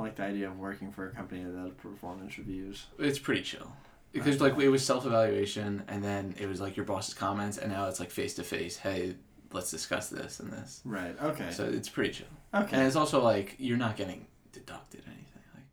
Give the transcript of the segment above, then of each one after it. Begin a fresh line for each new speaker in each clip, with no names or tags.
like the idea of working for a company that does performance reviews.
It's pretty chill. Because like it was self evaluation, and then it was like your boss's comments, and now it's like face to face. Hey, let's discuss this and this.
Right. Okay.
So it's pretty chill, and
okay.
it's also like you're not getting deducted or anything. Like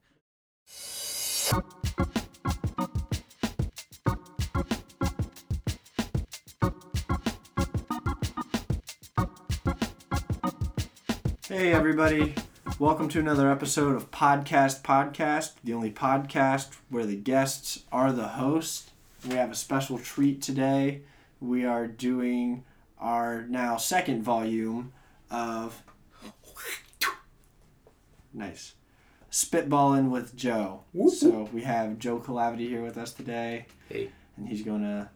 Hey everybody. Welcome to another episode of Podcast Podcast, the only podcast where the guests are the host. We have a special treat today. We are doing our now second volume of Nice. Spitballing with Joe. So we have Joe Calavity here with us today.
Hey.
And he's gonna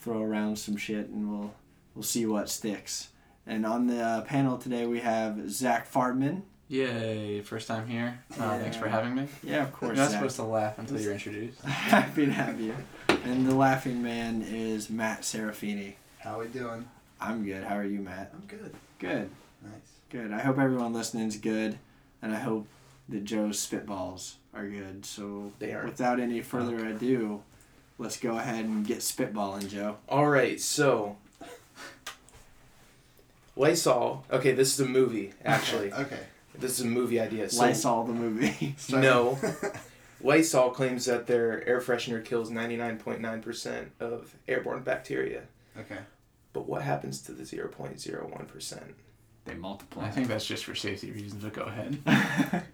throw around some shit and we'll we'll see what sticks. And on the uh, panel today we have Zach Fardman.
Yay! First time here. Uh, Thanks for
Yeah.
having me.
Yeah, of
You're
course.
not
Zach.
supposed to laugh until you're introduced.
Happy to have you. And the laughing man is Matt Serafini.
How we doing?
I'm good. How are you, Matt?
I'm good.
Good.
Nice.
Good. I hope everyone listening's good, and I hope that Joe's spitballs are good. So
They are.
without any further ado, let's go ahead and get spitballing, Joe.
All right, so
Lysol. Okay, this is a movie, actually.
okay.
this is a movie idea. So,
Lysol the movie.
No. Lysol claims that their air freshener kills 99.9% of airborne bacteria.
okay.
But what happens to the 0.01%?
they multiply.
I think that's just for safety reasons. But go ahead.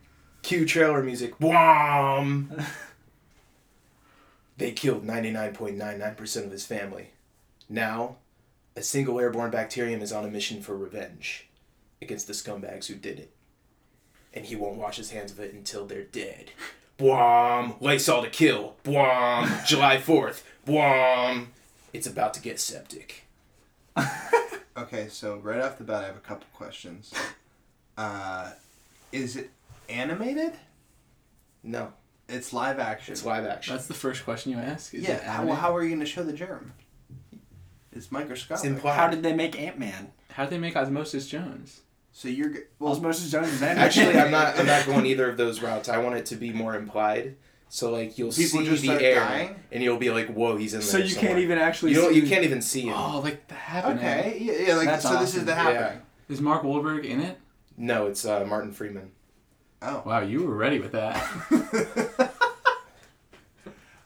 Cue trailer music. Wham! they killed 99.99% of his family. Now, a single airborne bacterium is on a mission for revenge against the scumbags who did it. And he won't wash his hands of it until they're dead. Bwam! Lysol to kill! Bwam! July 4th! Bwam! It's about to get septic.
Okay, so right off the bat, I have a couple questions. Uh, is it animated?
No,
It's live action.
it's live action.
That's the first question you ask. Is
yeah.
it
How,
animated?
how are you going to show the germ? It's microscopic.
It's implied.
How did they make Ant Man?
How'd they make Osmosis Jones?
so you're g- well.
Osmosis Jones is Ant Man.
Actually, I'm not. I'm not going either of those routes. I want it to be more implied. So like you'll
People
see
just
the
start
air,
dying?
and you'll be like, "Whoa, he's in there."
So you
somewhere.
can't even actually.
You don't.
see-
You can't even see him.
Oh, like the happening.
Okay. Yeah. yeah like
That's
so. This is
awesome.
the happening.
Is Mark Wahlberg in it?
No, it's uh, Martin Freeman.
Oh.
Wow, you were ready with that.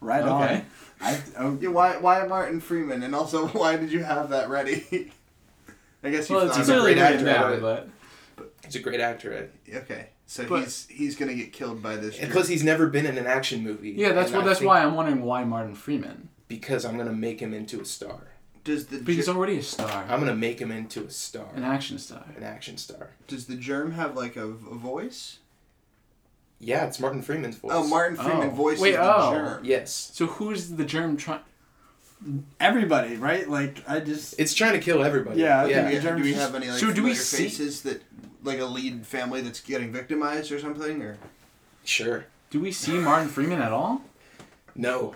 Right
Okay.
on. I, oh,
Yeah, why? Why Martin Freeman? And also, why did you have that ready? I guess you
well,
thought
it's
of it.
clearly
great
written
actor,
down,
but-
but
He's a great actor. At it.
Okay, so
But-
he's he's gonna get killed by this.
And
germ.
plus, he's never been in an action movie.
yeah, that's
And
what.
I
That's
think
why I'm wondering why Martin Freeman.
Because I'm gonna make him into a star.
does the
But he's
ger-
already a star,
I'm gonna make him into a star,
an action star.
an action star.
does the germ have like a, v- a voice?
Yeah, it's Martin Freeman's voice.
Oh, Martin Freeman
Oh.
voices
Wait,
the
oh.
germ.
Yes,
So who's the germ trying?
everybody, right? Like I just.
it's trying to kill everybody.
Yeah, I
Do
think
we,
the germ
do we
just-
have any like
So do we
familiar
see-
faces that like a lead family that's getting victimized or something? Or
sure.
Do we see Martin Freeman at all?
No,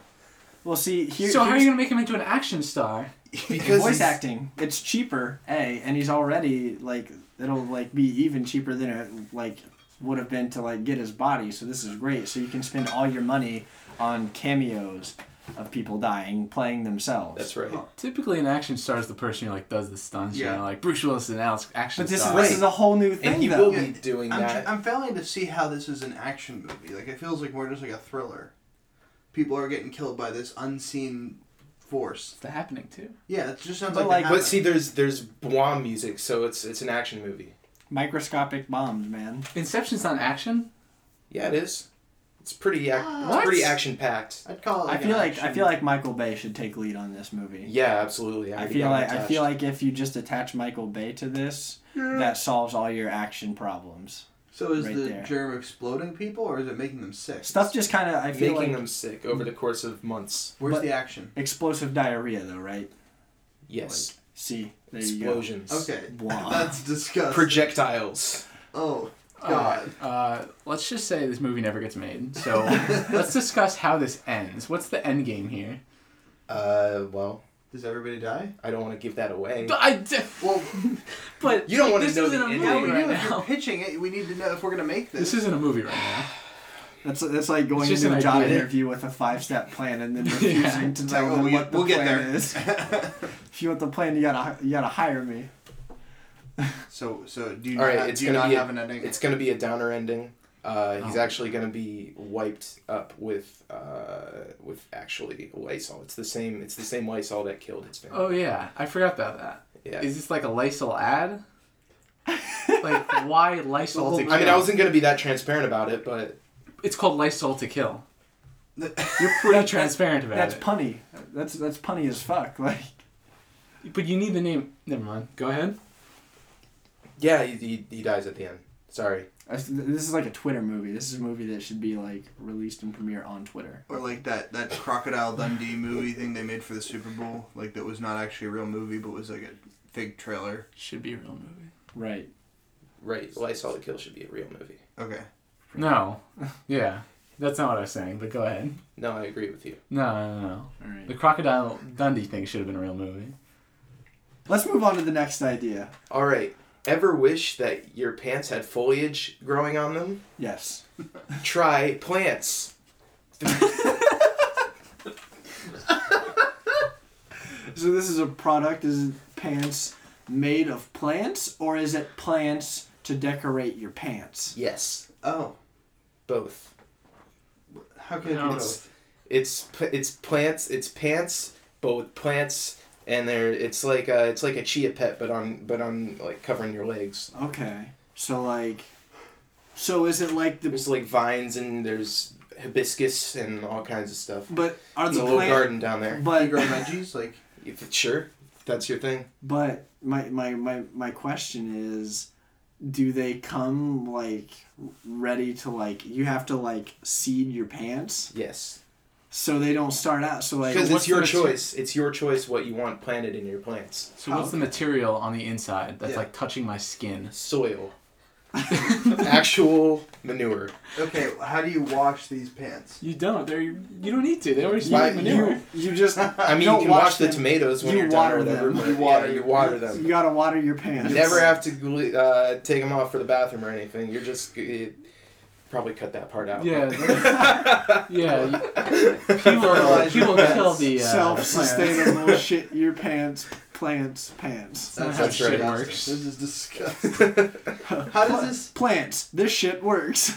Well, see here.
so how are you
here's-
gonna make him into an action star?
because
voice
he's-
acting. It's cheaper, a, and he's already like it'll like be even cheaper than it like would have been to like get his body. So this is great. So you can spend all your money on cameos of people dying playing themselves.
That's right.
Typically, an action star is the person who like does the stunts. You
Yeah.
know, like Bruce Willis and Alex action
But this is
star.
this is a whole new thing
And he
though.
will be doing
I'm,
that.
tr- I'm failing to see how this is an action movie. Like it feels like more just like a thriller. People are getting killed by this unseen force.
It's the happening too.
Yeah, it just sounds
But,
like.
like,
the
But see, there's there's Bwam music, so it's it's an action movie.
Microscopic bombs, man.
Inception's not action.
Yeah, it is. It's pretty ac-
What?
it's pretty action packed.
I'd call it.
I
Like
feel
an
like I
action-
feel like Michael Bay should take lead on this movie.
Yeah, absolutely.
I
already
feel
got
like I
attached.
feel like if you just attach Michael Bay to this, that solves all your action problems.
So is
right
the
there.
germ exploding people, or is it making them sick?
Stuff just kind of I feel
making
like
them sick over the course of months.
Where's
But-
the action?
explosive diarrhea though, right?
Yes,
See, there you
explosions.
Okay,
Wow.
that's disgusting.
projectiles.
oh
Alright,
God.
uh, let's just say this movie never gets made. So let's discuss how this ends. What's the end game here?
Uh, well,
Does everybody die?
I don't want to give that away.
But I d-
Well,
but
You don't want
This
to know
isn't
the
a
ending.
movie.
yeah, we
right
do. If
now.
you're pitching it, we need to know if we're gonna make this.
this isn't a movie right now.
That's that's like going
just
into
an
a job
idea.
interview with a five step plan and then refusing to
It's
tell
like, oh,
them
we,
what the
we'll get
plan
there.
is. If you want the plan, you gotta you gotta hire me.
so, so do you
All right,
not,
it's
do you
gonna
not
be a-
have an ending?
It's going to be a downer ending. Uh, he's
Oh.
actually going to be wiped up with uh, with actually Lysol. It's the same. It's the same Lysol that killed his family.
Oh yeah, I forgot about that.
Oh,
Is
yeah.
this like a Lysol ad? like why Lysol to kill?
I mean, I wasn't going to be that transparent about it, but
It's called Lysol to kill. You're pretty transparent about
That's
it.
punny. That's that's punny as fuck. Like
but you need the name. Never mind. Go ahead.
yeah, he, he, he dies at the end. Sorry.
I- this is like a Twitter movie. This is a movie that should be like released and premiere on Twitter.
or like that that Crocodile Dundee movie thing they made for the Super Bowl, like that was not actually a real movie, but was like a fake trailer.
Should be a real movie.
Right.
Right. Lysol to kill should be a real movie.
Okay.
No. Yeah. That's not what I was saying, but go ahead.
No, I agree with you.
No, no, no, no.
All right.
The Crocodile Dundee thing should have been a real movie.
Let's move on to the next idea.
All right. Ever wish that your pants had foliage growing on them?
Yes.
Try plants.
So this is a product. Is it pants made of plants, or is it plants to decorate your pants?
Yes.
Oh,
Both.
how could
No,
I do
it's-
this?
It's p- it's plants. It's pants, but with plants, and they're it's like a, it's like a chia pet, but on but on like covering your legs.
Okay. So like, so is it like the
There's like vines and there's hibiscus and all kinds of stuff.
but are
There's
the
a little
plant
garden down there.
You grow
but
veggies like
If, sure, if that's your thing.
but my my my my question is, do they come like ready to like you have to like seed your pants
Yes,
so they don't start out so like
because
what's
it's your
the mater-
choice. It's your choice what you want planted in your plants.
So what's the material on the inside that's
Yeah.
like touching my skin?
Soil, actual manure.
okay. How do you wash these pants?
You don't. They're you don't need to. They already
smell like manure.
you you just
I mean, you,
don't
can wash, the
them.
tomatoes when
You
you are done
water
or whatever.
them.
but
You
yeah,
water-
you water
you
them.
gotta water your pants.
You never have to gl- uh, take them off for the bathroom or anything. You're just it, probably cut that part out.
Yeah. that's- yeah. you- People,
Fertilize your
people
plants.
kill the uh,
self-sustainable shit your pants plants pants
That's
how shit
works.
This is disgusting. how does this?
plants this shit works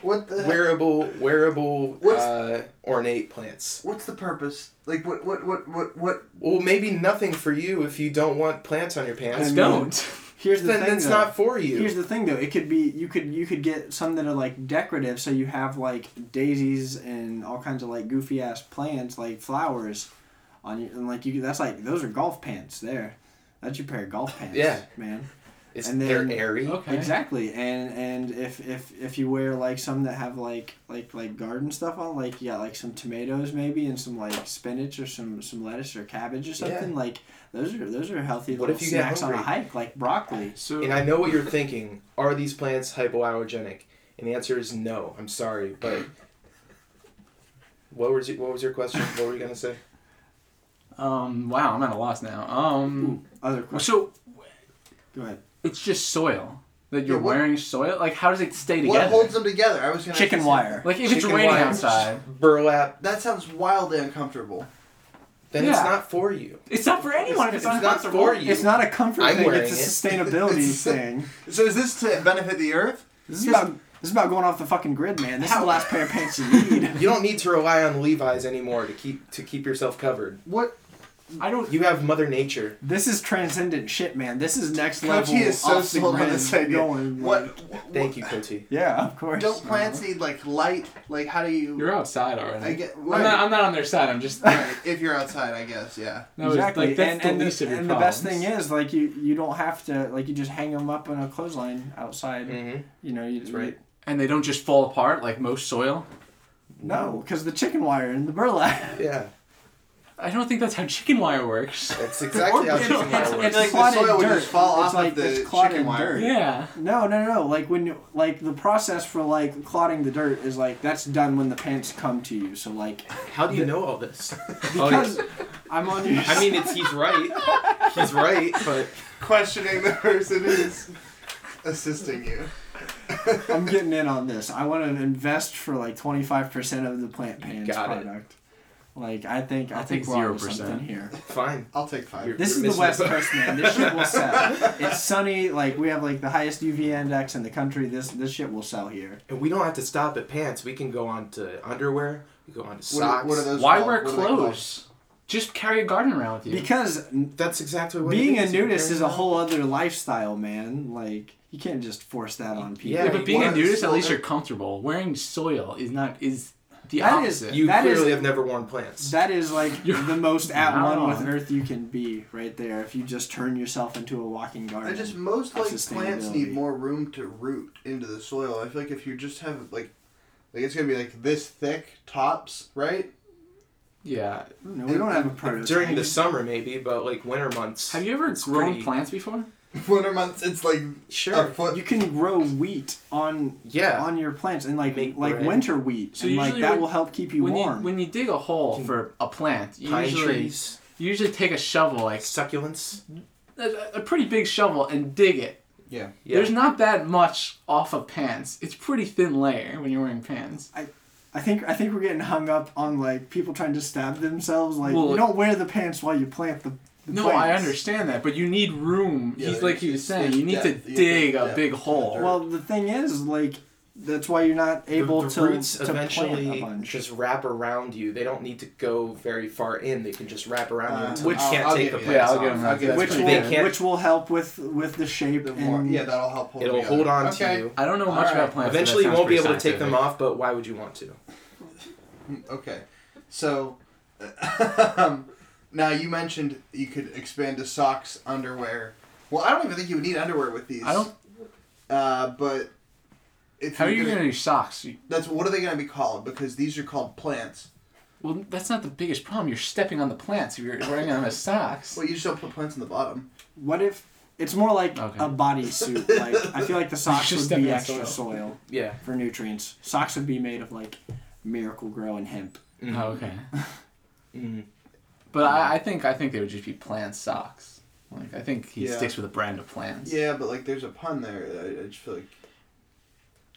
What the? heck?
Wearable, wearable,
What's-
uh, ornate plants.
What's the purpose? Like what? What? What? What? What?
Well, maybe nothing for you if you don't want plants on your pants.
I
plants.
mean,
Don't.
here's the
Then
thing
that's
though.
not for you.
here's the thing though it could be you could you could get some that are like decorative so you have like daisies and all kinds of like goofy ass plants like flowers on your and like you that's like those are golf pants there that's your pair of golf pants
Yeah.
man
it's
and
they're
then-
airy.
Okay.
exactly and and if if if you wear like some that have like like like garden stuff on like yeah like some tomatoes maybe and some like spinach or some some lettuce or cabbage or something like those are those are healthy
What
little
if you get
snacks on a
hungry?
hike like broccoli
So
And I know what you're thinking. Are these plants hypoallergenic? And the answer is no. I'm sorry, but what was your, what was your question? What were you gonna say?
um wow, I'm at a loss now. Um
other
well,
question
so
go ahead
it's just soil that you're
Yeah, what-
wearing soil. Like how does it stay together?
What holds them together? I was gonna
chicken
say-
wire
like if it's
Chicken
raining
wire.
outside,
Burlap.
That sounds wildly uncomfortable.
Then it's
Yeah.
not for you.
it's not for anyone.
It's
if it's,
not for you.
It's not a comfort
I'm
thing.
wearing
It's a
it.
sustainability thing.
So is this to benefit the earth?
This is about this is about going off the fucking grid, man. This is the last pair of pants you need.
You don't need to rely on Levi's anymore to keep to keep yourself covered.
What?
I don't.
You have Mother Nature.
This is transcendent shit, man. This is next level.
Kochi is so
off the
sold on
grid
this idea.
Going,
what?
like-
Thank you, Koti.
yeah, of course.
Don't plants need like light? Like how do you?
You're outside already.
I get.
I'm not. I'm not on their side. I'm just. That
Right, if you're outside, I guess. Yeah.
was,
exactly.
Like, that's
and
the
and,
least
the,
of your
and the best
problems.
thing is, like you, you don't have to like you just hang them up on a clothesline outside.
Mm-hmm.
You know, you,
That's right.
and they don't just fall apart like most soil.
No, because the chicken wire and the burlap.
Yeah,
I don't think that's how chicken wire works.
that's exactly how
Or-
chicken
it's-
wire
it's
works.
like-
Clotted
soil would
dirt.
just fall
It's
off of
like
the
it's clotted
chicken wire.
dirt.
Yeah.
No, no, no. Like when you like the process for like clotting the dirt is like that's done when the pants come to you. So like
How do you know all this? Oh, yeah.
because I'm on your
I mean, it's he's right. He's right, but
Questioning the person who's assisting you.
I'm getting in on this. I want to invest for like 25% of the Plant Pans
Got it.
product. Like, I think I
I'll
think
take
we're on to
0%.
something here.
Fine.
I'll take five.
You're-
This
missing
is the
the
West
boat.
Coast, man. This shit will sell. It's sunny. Like we have like the highest UV index in the country. This this shit will sell here.
And we don't have to stop at pants. We can go on to underwear. We go
What
on to
are-
socks.
what are those
Why
called?
wear
What are they
clothes? Just carry a garden around with you.
Because n-
That's exactly what.
being
it
a
is.
nudist is a
Apparently.
whole other lifestyle, man. Like you can't just force that on people.
Yeah,
yeah,
you
but being a
want-
nudist, at
well,
least
there-
you're comfortable. Wearing soil is not is the
That is-
opposite.
You
That is-
clearly have never worn plants.
That is like
You're
the most at
not
one with
wrong.
Earth you can be, right there. If you just turn yourself into a walking garden.
I just most
Of
like plants
sustainability.
need more room to root into the soil. I feel like if you just have like like it's gonna be like this thick tops, right?
yeah.
no, we don't have a prototype.
During the summer, maybe, but like winter months.
Have you ever
It's
grown
pretty-
plants before?
Winter months, it's like
Sure.
a foot.
you can grow wheat on
Yeah.
on your plants and like
Make
like
bread.
winter wheat
So
and like
usually
that
when-
will help keep you
when
warm.
you when you dig a hole for a plant, you
Pine
usually
trees,
you usually take a shovel, like
succulents.
a, a pretty big shovel, and dig it.
Yeah.
Yeah.
There's not that much off of pants. It's pretty thin layer when you're wearing pants.
I think I think we're getting hung up on like people trying to stab themselves. Like
Well,
you don't wear the pants while you plant the. the
No,
plants.
I understand that, but you need room.
Yeah,
He's
there's-
like he was saying,
there's
you need
depth.
to
You
dig
have
a
depth
big
to the
hole.
dirt.
Well, the thing is, like that's why you're not able
the, the
to
roots
to plant a
eventually
bunch.
just wrap around you. They don't need to go very far in. They can just wrap around you
Uh,
until
which-
you can't
I'll
take
give
the
you
plants
yeah, I'll
that.
off.
give him that.
Okay,
That's
which
pretty
will
They
good.
can't-
which will help with with the shape
The more,
and
yeah, that'll help. Hold
It'll
together.
hold on
okay.
to you.
I don't know much
Alright.
about plants. but that
Eventually, you
sounds
won't be
pretty
able to take them
scientific.
off. But why would you want to?
Okay. So um, now you mentioned you could expand to socks, underwear. Well, I don't even think you would need underwear with these.
I don't.
Uh, but if
How are
you're
you gonna do socks? You-
That's what are they gonna be called? Because these are called plants.
Well, that's not the biggest problem. You're stepping on the plants if you're wearing them as socks.
Well, you just don't put plants on the bottom.
what if it's more like
Okay.
a bodysuit? Like I feel like the socks
Just
would be
stepping on
extra soil.
soil.
Yeah.
for nutrients. Socks would be made of like miracle grow and hemp.
Mm-hmm.
Oh, okay.
Mm.
But I, I think I think they would just be plant socks. Like I think he
Yeah.
sticks with a brand of plants.
Yeah, but like there's a pun there. I, I just feel like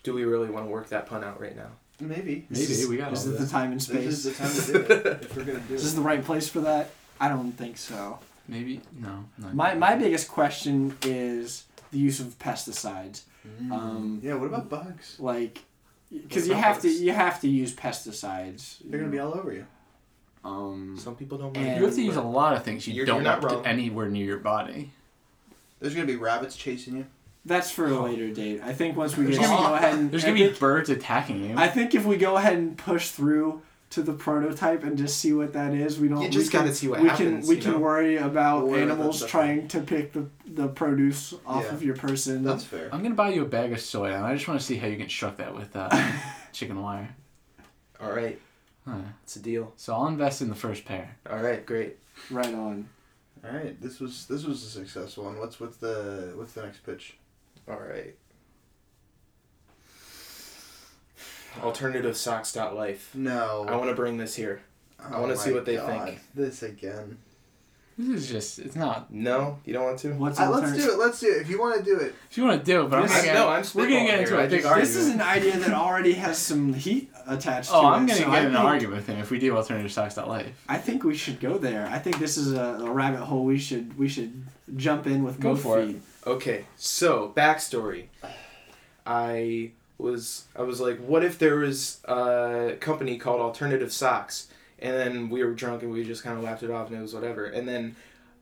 Do we really want to work that pun out right now?
maybe.
Maybe
Is-
we got
Is
all
it the
this.
time and
This is
space?
the time to do it if we're gonna do
Is this
it.
the right place for that? I don't think so.
Maybe no. no.
My my biggest question is the use of pesticides. Um,
Yeah. What about bugs?
like, because
What
you
about
have to
those?
you have to use pesticides.
They're gonna be all over you.
Um,
Some people don't.
And-
You have to use a lot of things you
You're-
don't
you're not
want
wrong.
to anywhere near your body.
There's gonna be rabbits chasing you.
that's for a later date. I think once we
There's
get
gonna be-
go ahead and
There's
I
gonna be
think-
birds attacking you.
I think if we go ahead and push through to the prototype and just see what that is, we don't.
You just
we can-
gotta see what
we
happens,
Can, we
you
can
know?
worry about
We'll worry about
animals
that stuff.
trying to pick the, the produce off
Yeah.
of your person.
That's fair.
I'm gonna buy you a bag of soy, and I just want to see how you construct that with uh, chicken wire.
All right,
Huh.
it's a deal.
So I'll invest in the first pair.
All right, great.
right on.
All right. This was this was a successful one. What's with the what's the next pitch?
All right. Alternative socks.life.
No.
I want to bring this here.
Oh
I wanna see
my
what they
God,
think.
This again.
This is just—it's not.
No, you don't want to.
What's
Uh, let's
altern-
do it. Let's do it. If you want to do it,
If you want to do it, but I'm
This-
gonna get,
no, I'm
we're gonna
spitballing
get into
here. I
a big
just-
argument.
This is an idea that already has some heat attached
oh,
to it.
I'm gonna
so
get
I
in an
think-
argument with him if we do alternative socks.life.
I think we should go there. I think this is a, a rabbit hole. We should we should jump in with
Go
both
for it.
feet.
Okay, so backstory. I was I was like, what if there was a company called Alternative Socks? And then we were drunk and we just kind of laughed it off and it was whatever. And then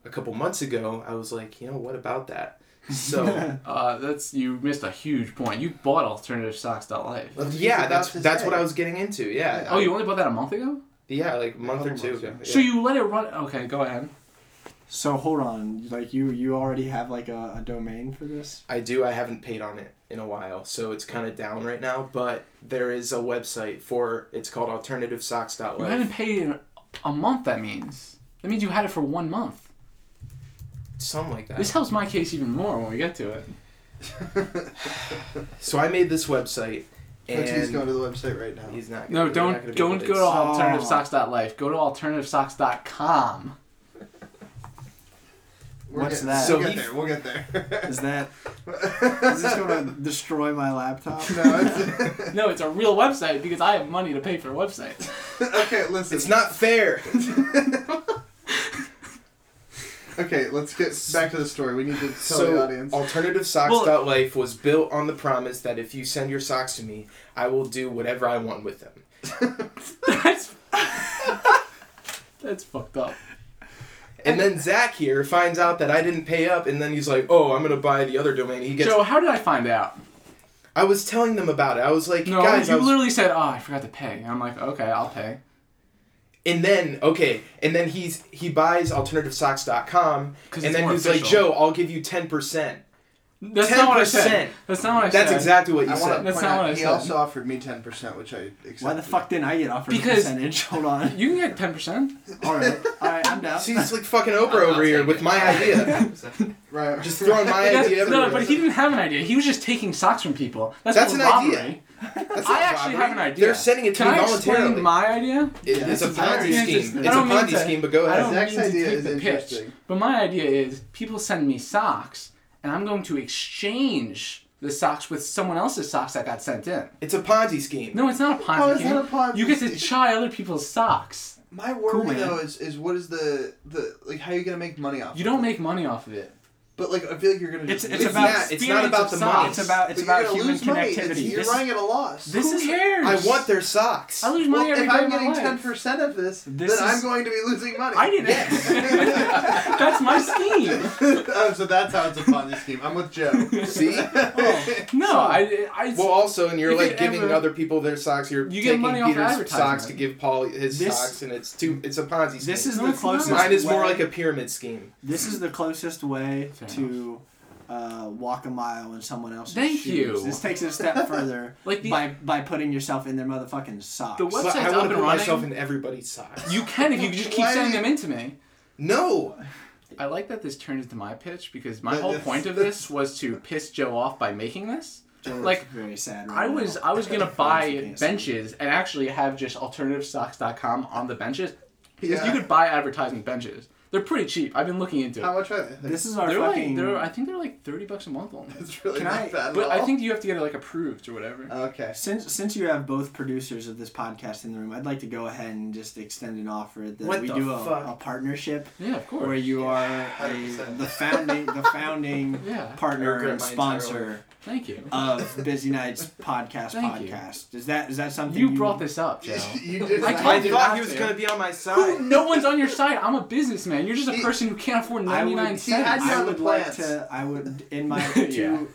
a couple months ago, I was like, you know, what about that? So
Uh, that's you missed a huge point. You bought alternative socks.life.
That's what
yeah,
you're
that's
about to
that's
say.
what I was getting into. Yeah,
Oh, you only bought that a month ago?
yeah, like a month or two ago.
So
yeah.
you let it run. Okay, go ahead.
So hold on, like you you already have like a, a domain for this.
I do. I haven't paid on it in a while, so it's kind of down right now. But there is a website for it's called AlternativeSocks.life.
You hadn't paid in a month. That means that means you had it for one month.
Something like that.
This helps my case even more when we get to it.
So I made this website, and
Actually, he's going to the website right now.
he's not.
No,
we're not gonna
don't
be
don't
able
go to alternative
Oh.
socks.life. Go to alternative socks.com.
We're
What's
getting-
that?
So
We'll get
he-
there. We'll get there.
Is that is this going to destroy my laptop?
no, it's,
No, it's a real website because I have money to pay for a website.
okay, listen.
It's not fair.
Okay, let's get back to the story. We need to tell the
so
audience.
alternativesocks.life was built on the promise that if you send your socks to me, I will do whatever I want with them.
That's that's fucked up.
And then Zach here finds out that I didn't pay up, and then he's like, "Oh, I'm gonna buy the other domain." He gets.
Joe, how did I find out?
I was telling them about it. I was like,
No,
"Guys," I
you
was-
literally said, "Oh, I forgot to pay," and I'm like, "Okay, I'll pay."
and then okay, and then he's he buys alternativesocks.com,
'Cause
and
it's
then
more
he's like,
official.
"Joe, I'll give you ten percent."
That's not what I said.
10%.
That's not what I said.
That's exactly what you
I want
said.
to
That's
point
not
out,
what I
he
said.
also offered me 10%, which I accepted.
Why the fuck didn't I get offered
Because-
a percentage? Hold on.
You can get ten percent.
All right, all right, I'm down.
See, it's like fucking Oprah over here with my idea.
Right.
Just throwing my idea
No,
everywhere.
but he didn't have an idea. He was just taking socks from people. That's,
That's
called
an idea.
robbery.
That's
I
not
actually
robbery.
have an idea.
They're sending it to
Can
me
I
voluntarily.
explain my idea?
It-
Yeah,
it's a
it's very
Ponzi scheme.
interesting.
It's a
I
don't mean
Ponzi
to-
scheme, but go
I
ahead.
don't
Zach's
mean to
idea
take
is
the pitch,
interesting.
but my idea is people send me socks, and I'm going to exchange the socks with someone else's socks that got sent in.
It's a Ponzi scheme.
No, Oh, it's not a Ponzi.
How is
scheme.
that a Ponzi
You get to
scheme?
try other people's socks.
My
Cool,
worry
man.
though is, is what is the the like how are you gonna make money off?
You
of it?
don't make money off of it.
But like I feel like you're gonna.
It's
Just
it's
lose.
about
not- it's not
experience
about
of
the
socks.
money.
it's about it's
But you're
about
gonna
human
lose money.
connectivity.
It's, you're
This-
running at a loss.
This is
Who-
cares?
I want their socks.
I lose money
Well,
every
if
day
I'm
of my
getting
life.
ten percent of this,
This
then
is-
I'm going to be losing money.
I didn't. That's my scheme.
oh, so that's how it's a Ponzi scheme. I'm with Joe.
See?
No, I. I
Well, also, and you're
You
like
could
giving
ever-
other people their socks. You're
You get
taking
money off
Peter's
advertisement.
socks to give Paul his
This-
socks, and it's too. It's a Ponzi scheme.
This is
No,
the
it's not.
closest.
mine is more
way-
like a pyramid scheme.
This is the closest way
Fair
to uh, walk a mile in someone else's
Thank
shoes.
you.
This takes it a step further
Like the-
by by putting yourself in their motherfucking socks.
The what-
But
Website's
I want
up
to
and
put myself
running.
in everybody's socks.
you can if you just keep
Why
sending
do you-
them in to me.
no,
I like that this turns into my pitch because my
Yeah,
whole
that's-
point of this was to piss Joe off by making this.
Joe's
like,
very sad. Right
I was
now.
I was gonna
Fans
buy
can't see.
benches and actually have just alternativesocks.com on the benches because
Yeah.
you could buy advertising benches. They're pretty cheap. I've been looking into
How
it.
much are they?
This is our
They're like
fucking.
they're I think they're like thirty bucks a month only.
It's really
Can
not
I-
bad at
But I
all.
think you have to get it like approved or whatever.
Okay.
Since since you have both producers of this podcast in the room, I'd like to go ahead and just extend an offer that
What
we
the
do a,
fuck?
a partnership
Yeah, of course.
where you are a,
100%.
the founding the founding
Yeah.
I
partner
regret
and
my entire
sponsor
Thank you.
of Busy Nights podcast
Thank you.
podcast. Is that is that something
you brought this up, Joe.
you did.
I
not-
I
told you
thought
not
he was
to.
gonna be on my side.
Who- no one's on your side. I'm a businessman. You're just a
He-
person who can't afford
I would-
99
he had
cents.
you
I
on the
would like
plans.
to. I would in my
Yeah.
to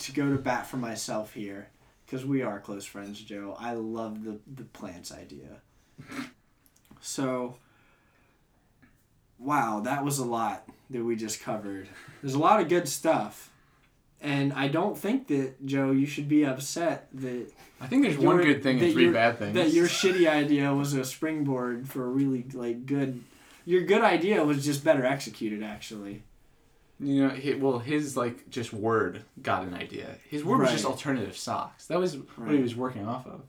to go to bat for myself here because we are close friends, Joe. I love the the plants idea. So, wow, that was a lot that we just covered. There's a lot of good stuff, and I don't think that Joe, you should be upset that
I think there's
you
one
were-
good thing
that
and three
your-
bad things.
That your shitty idea was a springboard for a really like good. Your good idea was just better executed, actually.
You know, he, well, his like just word got an idea. His word was just
Right.
alternative socks. That was what
Right.
he was working off of.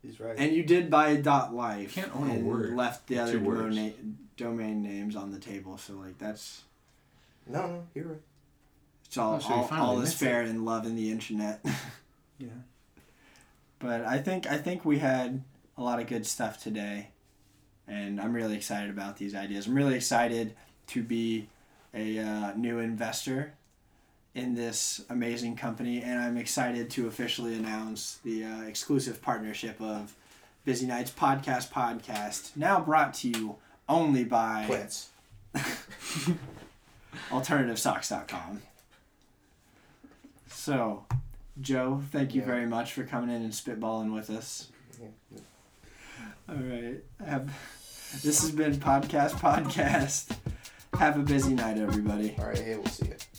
He's right.
And you did buy a dot life.
Can't own a
and
word.
Left the other
Two words.
domina- domain names on the table, so like that's
No, no, you're right.
it's all
Oh, so you
all,
finally
all is
missed
fair in love in the internet.
Yeah.
But I think I think we had a lot of good stuff today, and I'm really excited about these ideas. I'm really excited to be a uh, new investor in this amazing company, and I'm excited to officially announce the uh, exclusive partnership of Busy Nights Podcast Podcast, now brought to you only by
Plants.
alternativesocks.com. So, Joe, thank you
Yeah.
very much for coming in and spitballing with us.
Yeah.
All right. Have, this has been Podcast Podcast. Have a busy night, everybody.
All right, hey, we'll see it.